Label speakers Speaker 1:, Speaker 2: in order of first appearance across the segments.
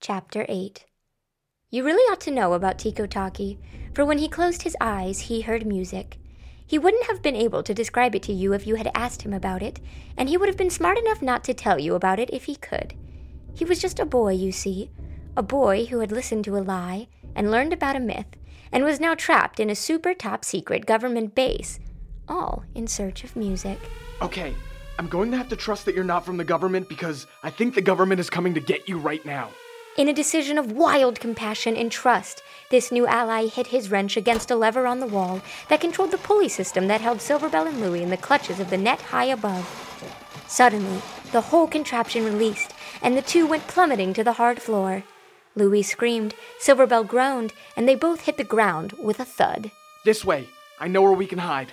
Speaker 1: Chapter 8 You really ought to know about Tikotaki, for when he closed his eyes, he heard music. He wouldn't have been able to describe it to you if you had asked him about it, and he would have been smart enough not to tell you about it if he could. He was just a boy, you see, a boy who had listened to a lie and learned about a myth, and was now trapped in a super top secret government base, all in search of music.
Speaker 2: Okay, I'm going to have to trust that you're not from the government because I think the government is coming to get you right now.
Speaker 1: In a decision of wild compassion and trust, this new ally hit his wrench against a lever on the wall that controlled the pulley system that held Silverbell and Louie in the clutches of the net high above. Suddenly, the whole contraption released, and the two went plummeting to the hard floor. Louie screamed, Silverbell groaned, and they both hit the ground with a thud.
Speaker 2: This way. I know where we can hide.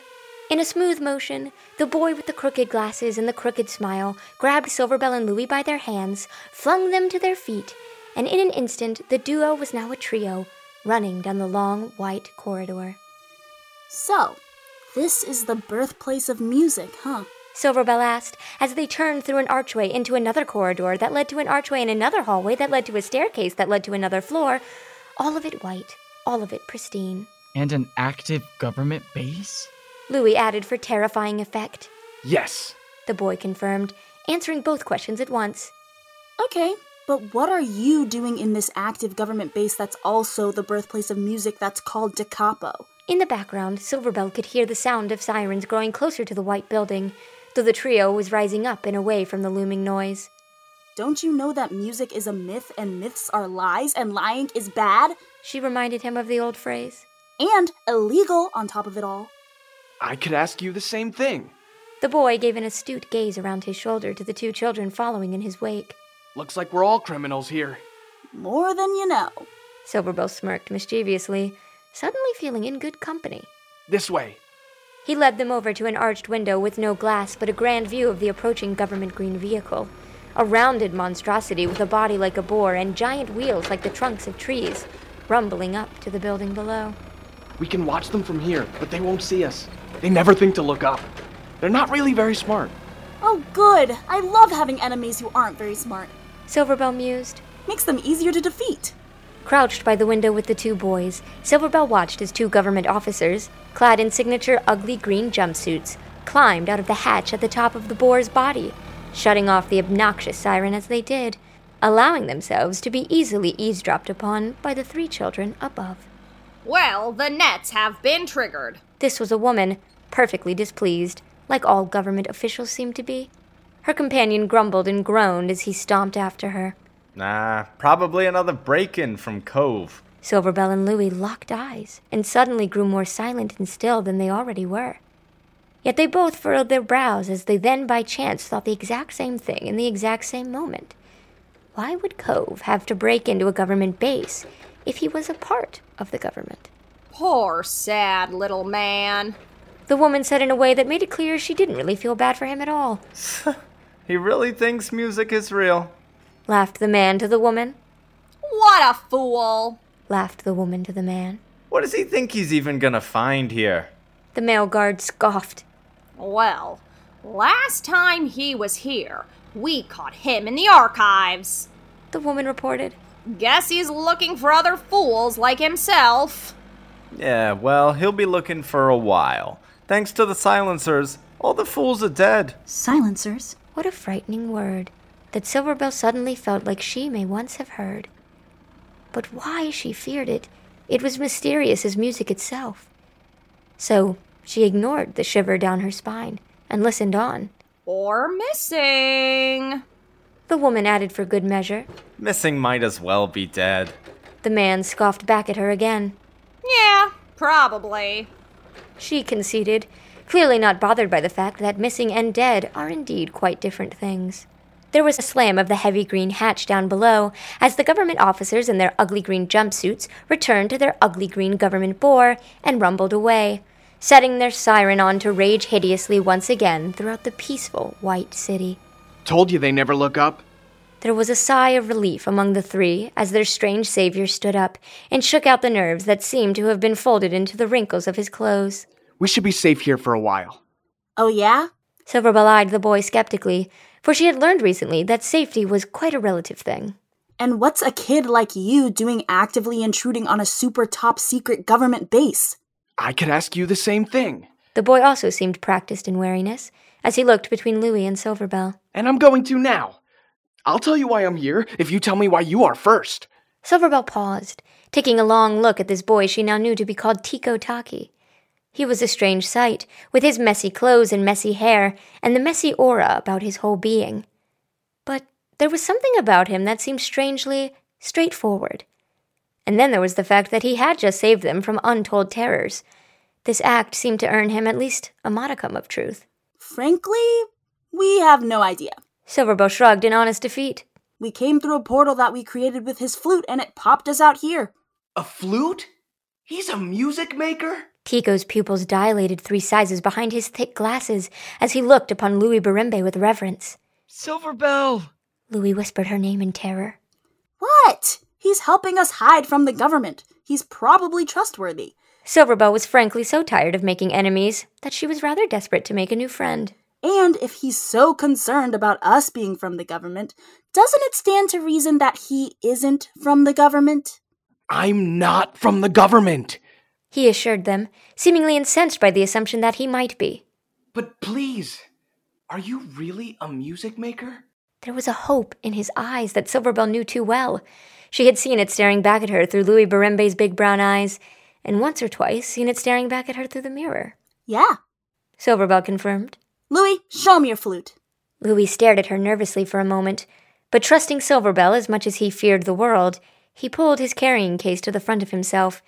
Speaker 1: In a smooth motion, the boy with the crooked glasses and the crooked smile grabbed Silverbell and Louie by their hands, flung them to their feet, and in an instant the duo was now a trio, running down the long white corridor.
Speaker 3: So, this is the birthplace of music, huh?
Speaker 1: Silverbell asked as they turned through an archway into another corridor that led to an archway and another hallway that led to a staircase that led to another floor, all of it white, all of it pristine.
Speaker 4: And an active government base?
Speaker 1: Louis added for terrifying effect.
Speaker 2: Yes.
Speaker 1: The boy confirmed, answering both questions at once.
Speaker 3: Okay, but what are you doing in this active government base that's also the birthplace of music that's called Da Capo?
Speaker 1: In the background, Silverbell could hear the sound of sirens growing closer to the white building, though the trio was rising up and away from the looming noise.
Speaker 3: Don't you know that music is a myth and myths are lies and lying is bad?
Speaker 1: She reminded him of the old phrase.
Speaker 3: And illegal on top of it all.
Speaker 2: I could ask you the same thing.
Speaker 1: The boy gave an astute gaze around his shoulder to the two children following in his wake.
Speaker 2: Looks like we're all criminals here.
Speaker 3: More than you know.
Speaker 1: Silverbell smirked mischievously, suddenly feeling in good company.
Speaker 2: This way.
Speaker 1: He led them over to an arched window with no glass but a grand view of the approaching government green vehicle. A rounded monstrosity with a body like a boar and giant wheels like the trunks of trees, rumbling up to the building below.
Speaker 2: We can watch them from here, but they won't see us. They never think to look up. They're not really very smart.
Speaker 3: Oh, good. I love having enemies who aren't very smart.
Speaker 1: Silverbell mused.
Speaker 3: Makes them easier to defeat.
Speaker 1: Crouched by the window with the two boys, Silverbell watched as two government officers, clad in signature ugly green jumpsuits, climbed out of the hatch at the top of the boar's body, shutting off the obnoxious siren as they did, allowing themselves to be easily eavesdropped upon by the three children above.
Speaker 5: Well, the nets have been triggered.
Speaker 1: This was a woman, perfectly displeased, like all government officials seem to be. Her companion grumbled and groaned as he stomped after her.
Speaker 6: Nah, probably another break in from Cove.
Speaker 1: Silverbell and Louie locked eyes and suddenly grew more silent and still than they already were. Yet they both furrowed their brows as they then by chance thought the exact same thing in the exact same moment. Why would Cove have to break into a government base if he was a part of the government?
Speaker 5: Poor sad little man.
Speaker 1: The woman said in a way that made it clear she didn't really feel bad for him at all.
Speaker 6: he really thinks music is real.
Speaker 1: Laughed the man to the woman.
Speaker 5: What a fool!
Speaker 1: Laughed the woman to the man.
Speaker 6: What does he think he's even gonna find here?
Speaker 1: The male guard scoffed.
Speaker 5: Well, last time he was here, we caught him in the archives.
Speaker 1: The woman reported.
Speaker 5: Guess he's looking for other fools like himself.
Speaker 6: Yeah, well, he'll be looking for a while. Thanks to the silencers, all the fools are dead.
Speaker 3: Silencers?
Speaker 1: What a frightening word that Silverbell suddenly felt like she may once have heard. But why she feared it, it was mysterious as music itself. So she ignored the shiver down her spine and listened on.
Speaker 5: Or missing.
Speaker 1: The woman added for good measure.
Speaker 6: Missing might as well be dead.
Speaker 1: The man scoffed back at her again.
Speaker 5: Yeah, probably.
Speaker 1: She conceded, clearly not bothered by the fact that missing and dead are indeed quite different things. There was a slam of the heavy green hatch down below as the government officers in their ugly green jumpsuits returned to their ugly green government bore and rumbled away, setting their siren on to rage hideously once again throughout the peaceful white city.
Speaker 2: Told you they never look up.
Speaker 1: There was a sigh of relief among the three as their strange savior stood up and shook out the nerves that seemed to have been folded into the wrinkles of his clothes.
Speaker 2: We should be safe here for a while.
Speaker 3: Oh, yeah?
Speaker 1: Silverbell eyed the boy skeptically, for she had learned recently that safety was quite a relative thing.
Speaker 3: And what's a kid like you doing actively intruding on a super top secret government base?
Speaker 2: I could ask you the same thing.
Speaker 1: The boy also seemed practiced in wariness, as he looked between Louis and Silverbell.
Speaker 2: And I'm going to now. I'll tell you why I'm here if you tell me why you are first.
Speaker 1: Silverbell paused, taking a long look at this boy she now knew to be called Tiko Taki. He was a strange sight, with his messy clothes and messy hair, and the messy aura about his whole being. But there was something about him that seemed strangely straightforward. And then there was the fact that he had just saved them from untold terrors. This act seemed to earn him at least a modicum of truth.
Speaker 3: Frankly, we have no idea.
Speaker 1: Silverbow shrugged in honest defeat.
Speaker 3: We came through a portal that we created with his flute and it popped us out here.
Speaker 2: A flute? He's a music maker?
Speaker 1: Tico's pupils dilated three sizes behind his thick glasses as he looked upon Louis Barimbe with reverence.
Speaker 4: Silverbell!
Speaker 1: Louis whispered her name in terror.
Speaker 3: What? He's helping us hide from the government. He's probably trustworthy.
Speaker 1: Silverbell was frankly so tired of making enemies that she was rather desperate to make a new friend.
Speaker 3: And if he's so concerned about us being from the government, doesn't it stand to reason that he isn't from the government?
Speaker 2: I'm not from the government.
Speaker 1: He assured them, seemingly incensed by the assumption that he might be.
Speaker 2: But please, are you really a music maker?
Speaker 1: There was a hope in his eyes that Silverbell knew too well. She had seen it staring back at her through Louis Barembe's big brown eyes, and once or twice seen it staring back at her through the mirror.
Speaker 3: Yeah.
Speaker 1: Silverbell confirmed.
Speaker 3: Louis, show me your flute.
Speaker 1: Louis stared at her nervously for a moment, but trusting Silverbell as much as he feared the world, he pulled his carrying case to the front of himself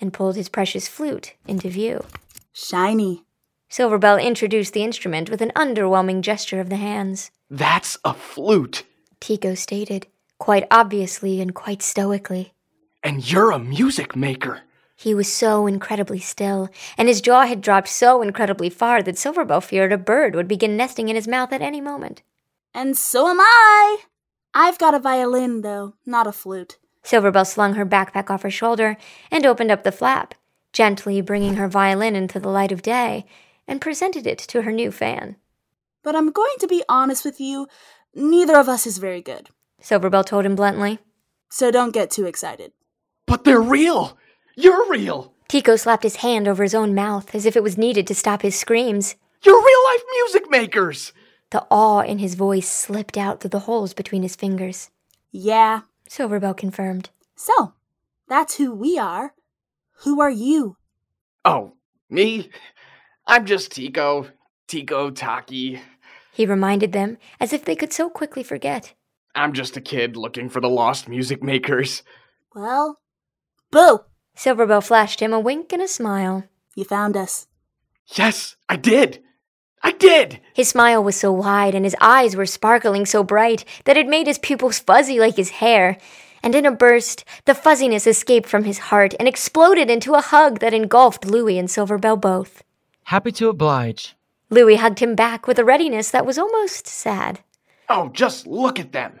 Speaker 1: and pulled his precious flute into view.
Speaker 3: Shiny.
Speaker 1: Silverbell introduced the instrument with an underwhelming gesture of the hands.
Speaker 2: That's a flute.
Speaker 1: Tico stated, quite obviously and quite stoically.
Speaker 2: And you're a music maker.
Speaker 1: He was so incredibly still, and his jaw had dropped so incredibly far that Silverbell feared a bird would begin nesting in his mouth at any moment.
Speaker 3: And so am I. I've got a violin, though, not a flute.
Speaker 1: Silverbell slung her backpack off her shoulder and opened up the flap, gently bringing her violin into the light of day, and presented it to her new fan.
Speaker 3: But I'm going to be honest with you, neither of us is very good.
Speaker 1: Silverbell told him bluntly.
Speaker 3: So don't get too excited.
Speaker 2: But they're real. You're real.
Speaker 1: Tico slapped his hand over his own mouth as if it was needed to stop his screams.
Speaker 2: You're real life music makers.
Speaker 1: The awe in his voice slipped out through the holes between his fingers.
Speaker 3: Yeah.
Speaker 1: Silverbell confirmed.
Speaker 3: So, that's who we are. Who are you?
Speaker 2: Oh, me? I'm just Tico. Tico Taki.
Speaker 1: He reminded them as if they could so quickly forget.
Speaker 2: I'm just a kid looking for the lost music makers.
Speaker 3: Well, boo!
Speaker 1: Silverbell flashed him a wink and a smile.
Speaker 3: You found us.
Speaker 2: Yes, I did. I did.
Speaker 1: His smile was so wide and his eyes were sparkling so bright that it made his pupils fuzzy like his hair. And in a burst, the fuzziness escaped from his heart and exploded into a hug that engulfed Louis and Silverbell both.
Speaker 4: Happy to oblige.
Speaker 1: Louis hugged him back with a readiness that was almost sad.
Speaker 2: Oh, just look at them.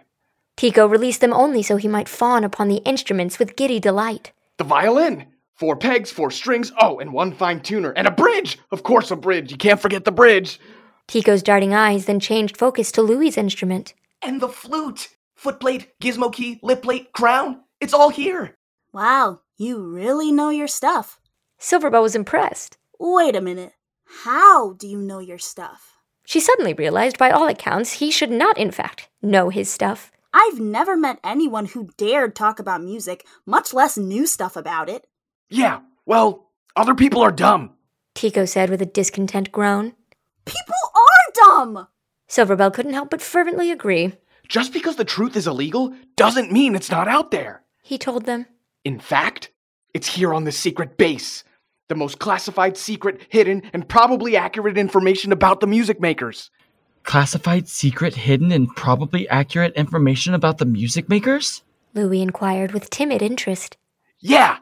Speaker 1: Tico released them only so he might fawn upon the instruments with giddy delight.
Speaker 2: The violin. Four pegs, four strings, oh, and one fine tuner. And a bridge! Of course, a bridge. You can't forget the bridge.
Speaker 1: Tico's darting eyes then changed focus to Louis's instrument.
Speaker 2: And the flute. Footplate, gizmo key, lip plate, crown. It's all here.
Speaker 3: Wow, you really know your stuff.
Speaker 1: Silverbell was impressed.
Speaker 3: Wait a minute. How do you know your stuff?
Speaker 1: She suddenly realized, by all accounts, he should not, in fact, know his stuff.
Speaker 3: I've never met anyone who dared talk about music, much less knew stuff about it.
Speaker 2: Yeah, well, other people are dumb.
Speaker 1: Tico said with a discontent groan.
Speaker 3: People are dumb!
Speaker 1: Silverbell couldn't help but fervently agree.
Speaker 2: Just because the truth is illegal doesn't mean it's not out there.
Speaker 1: He told them.
Speaker 2: In fact, it's here on the secret base. The most classified, secret, hidden, and probably accurate information about the music makers.
Speaker 4: Classified, secret, hidden, and probably accurate information about the music makers?
Speaker 1: Louis inquired with timid interest.
Speaker 2: Yeah!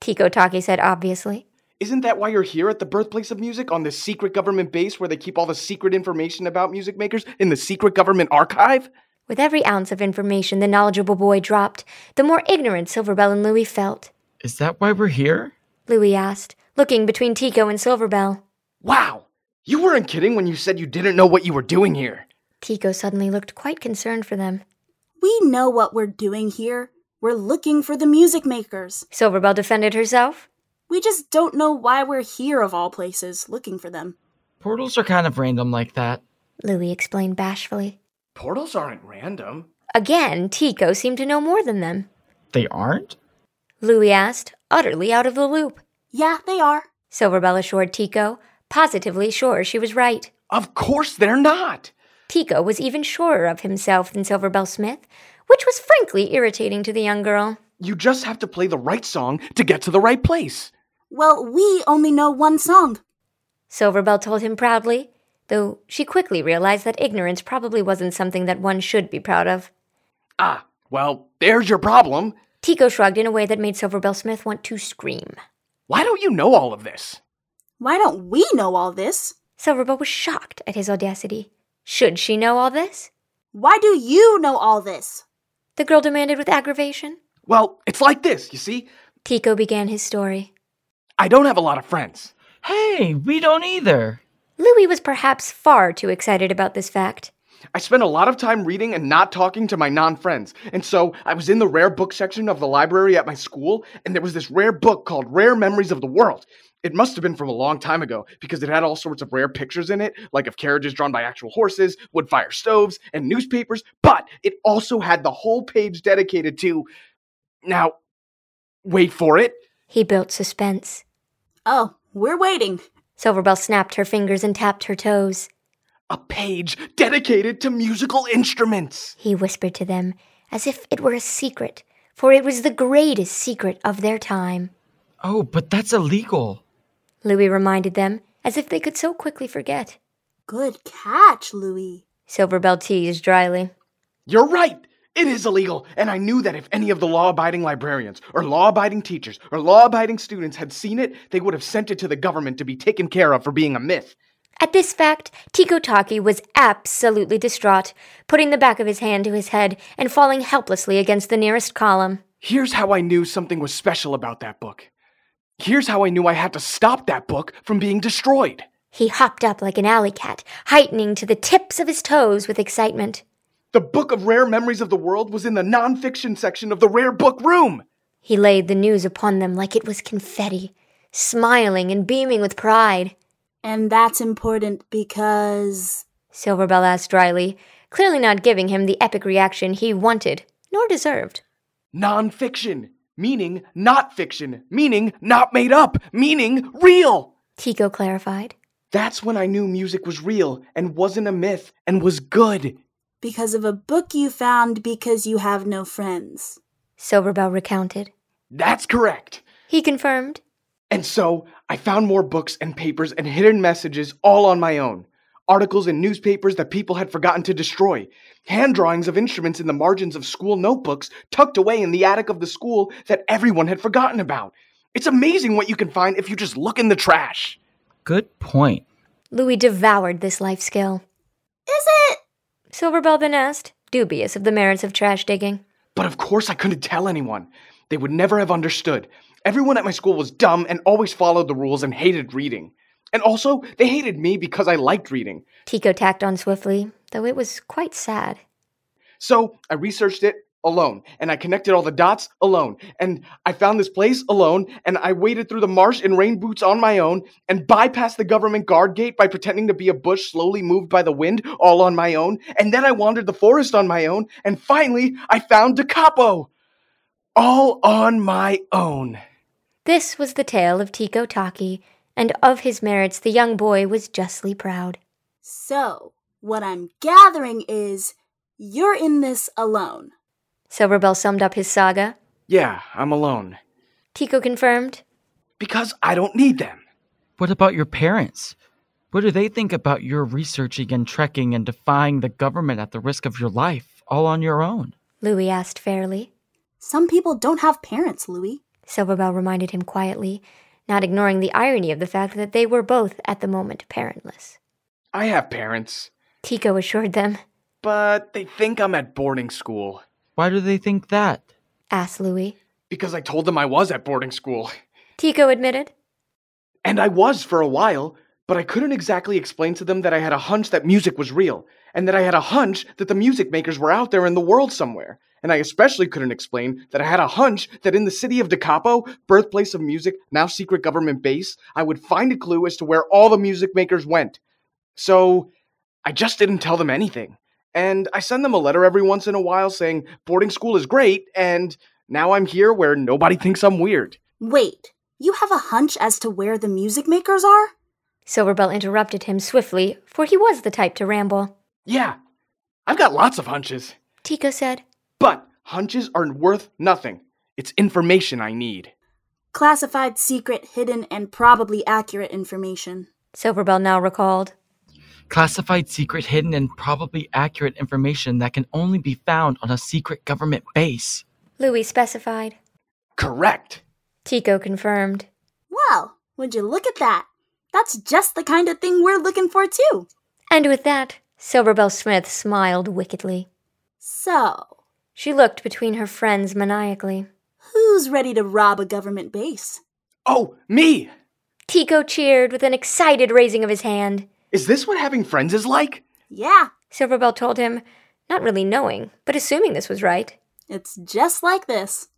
Speaker 1: Tico Taki said obviously.
Speaker 2: Isn't that why you're here at the birthplace of music on this secret government base where they keep all the secret information about music makers in the secret government archive?
Speaker 1: With every ounce of information the knowledgeable boy dropped, the more ignorant Silverbell and Louis felt.
Speaker 4: Is that why we're here?
Speaker 1: Louis asked, looking between Tico and Silverbell.
Speaker 2: Wow! You weren't kidding when you said you didn't know what you were doing here.
Speaker 1: Tico suddenly looked quite concerned for them.
Speaker 3: We know what we're doing here. We're looking for the music makers.
Speaker 1: Silverbell defended herself.
Speaker 3: We just don't know why we're here, of all places, looking for them.
Speaker 4: Portals are kind of random like that.
Speaker 1: Louis explained bashfully.
Speaker 2: Portals aren't random.
Speaker 1: Again, Tico seemed to know more than them.
Speaker 4: They aren't?
Speaker 1: Louis asked, utterly out of the loop.
Speaker 3: Yeah, they are.
Speaker 1: Silverbell assured Tico, positively sure she was right.
Speaker 2: Of course they're not.
Speaker 1: Tico was even surer of himself than Silverbell Smith, which was frankly irritating to the young girl.
Speaker 2: You just have to play the right song to get to the right place.
Speaker 3: Well, we only know one song.
Speaker 1: Silverbell told him proudly, though she quickly realized that ignorance probably wasn't something that one should be proud of.
Speaker 2: Ah, well, there's your problem.
Speaker 1: Tico shrugged in a way that made Silverbell Smith want to scream.
Speaker 2: Why don't you know all of this?
Speaker 3: Why don't we know all this?
Speaker 1: Silverbell was shocked at his audacity. Should she know all this?
Speaker 3: Why do you know all this?
Speaker 1: The girl demanded with aggravation.
Speaker 2: Well, it's like this, you see.
Speaker 1: Tico began his story.
Speaker 2: I don't have a lot of friends.
Speaker 4: Hey, we don't either.
Speaker 1: Louis was perhaps far too excited about this fact.
Speaker 2: I spend a lot of time reading and not talking to my non friends. And so I was in the rare book section of the library at my school, and there was this rare book called Rare Memories of the World. It must have been from a long time ago because it had all sorts of rare pictures in it, like of carriages drawn by actual horses, wood fire stoves, and newspapers, but it also had the whole page dedicated to. Now, wait for it.
Speaker 1: He built suspense.
Speaker 3: Oh, we're waiting.
Speaker 1: Silverbell snapped her fingers and tapped her toes.
Speaker 2: A page dedicated to musical instruments.
Speaker 1: He whispered to them as if it were a secret, for it was the greatest secret of their time.
Speaker 4: Oh, but that's illegal.
Speaker 1: Louis reminded them as if they could so quickly forget.
Speaker 3: Good catch, Louis.
Speaker 1: Silverbell teased dryly.
Speaker 2: You're right. It is illegal, and I knew that if any of the law abiding librarians, or law abiding teachers, or law abiding students had seen it, they would have sent it to the government to be taken care of for being a myth.
Speaker 1: At this fact, Tico Taki was absolutely distraught, putting the back of his hand to his head and falling helplessly against the nearest column.
Speaker 2: Here's how I knew something was special about that book. Here's how I knew I had to stop that book from being destroyed.
Speaker 1: He hopped up like an alley cat, heightening to the tips of his toes with excitement.
Speaker 2: The Book of Rare Memories of the World was in the nonfiction section of the Rare Book Room.
Speaker 1: He laid the news upon them like it was confetti, smiling and beaming with pride.
Speaker 3: And that's important because.
Speaker 1: Silverbell asked dryly, clearly not giving him the epic reaction he wanted, nor deserved.
Speaker 2: Nonfiction, meaning not fiction, meaning not made up, meaning real.
Speaker 1: Tico clarified.
Speaker 2: That's when I knew music was real and wasn't a myth and was good.
Speaker 3: Because of a book you found because you have no friends.
Speaker 1: Silverbell recounted.
Speaker 2: That's correct.
Speaker 1: He confirmed.
Speaker 2: And so I found more books and papers and hidden messages all on my own. Articles in newspapers that people had forgotten to destroy, hand drawings of instruments in the margins of school notebooks tucked away in the attic of the school that everyone had forgotten about. It's amazing what you can find if you just look in the trash.
Speaker 4: Good point.
Speaker 1: Louis devoured this life skill.
Speaker 3: Is it?
Speaker 1: Silverbell then asked, dubious of the merits of trash digging.
Speaker 2: But of course, I couldn't tell anyone. They would never have understood. Everyone at my school was dumb and always followed the rules and hated reading. And also, they hated me because I liked reading.
Speaker 1: Tico tacked on swiftly, though it was quite sad.
Speaker 2: So I researched it alone, and I connected all the dots alone, and I found this place alone, and I waded through the marsh in rain boots on my own, and bypassed the government guard gate by pretending to be a bush slowly moved by the wind all on my own, and then I wandered the forest on my own, and finally I found DeCapo! All on my own.
Speaker 1: This was the tale of Tico Taki, and of his merits the young boy was justly proud.
Speaker 3: So, what I'm gathering is you're in this alone.
Speaker 1: Silverbell summed up his saga.
Speaker 2: Yeah, I'm alone.
Speaker 1: Tico confirmed.
Speaker 2: Because I don't need them.
Speaker 4: What about your parents? What do they think about your researching and trekking and defying the government at the risk of your life all on your own?
Speaker 1: Louis asked fairly.
Speaker 3: Some people don't have parents, Louis.
Speaker 1: Silverbell reminded him quietly, not ignoring the irony of the fact that they were both at the moment parentless.
Speaker 2: I have parents,
Speaker 1: Tico assured them,
Speaker 2: but they think I'm at boarding school.
Speaker 4: Why do they think that?
Speaker 1: asked Louis.
Speaker 2: Because I told them I was at boarding school.
Speaker 1: Tico admitted.
Speaker 2: And I was for a while, but I couldn't exactly explain to them that I had a hunch that music was real, and that I had a hunch that the music makers were out there in the world somewhere. And I especially couldn't explain that I had a hunch that in the city of DeCapo, birthplace of music, now secret government base, I would find a clue as to where all the music makers went. So I just didn't tell them anything. And I send them a letter every once in a while saying, boarding school is great, and now I'm here where nobody thinks I'm weird.
Speaker 3: Wait, you have a hunch as to where the music makers are?
Speaker 1: Silverbell interrupted him swiftly, for he was the type to ramble.
Speaker 2: Yeah, I've got lots of hunches.
Speaker 1: Tico said,
Speaker 2: But hunches are worth nothing. It's information I need.
Speaker 3: Classified, secret, hidden, and probably accurate information.
Speaker 1: Silverbell now recalled.
Speaker 4: Classified, secret, hidden, and probably accurate information that can only be found on a secret government base.
Speaker 1: Louis specified.
Speaker 2: Correct.
Speaker 1: Tico confirmed.
Speaker 3: Well, would you look at that? That's just the kind of thing we're looking for, too.
Speaker 1: And with that, Silverbell Smith smiled wickedly.
Speaker 3: So,
Speaker 1: She looked between her friends maniacally.
Speaker 3: who's ready to rob a government base?
Speaker 2: Oh, me!
Speaker 1: Tico cheered with an excited raising of his hand.
Speaker 2: Is this what having friends is like?
Speaker 3: Yeah,
Speaker 1: Silverbell told him, not really knowing, but assuming this was right.
Speaker 3: it's just like this.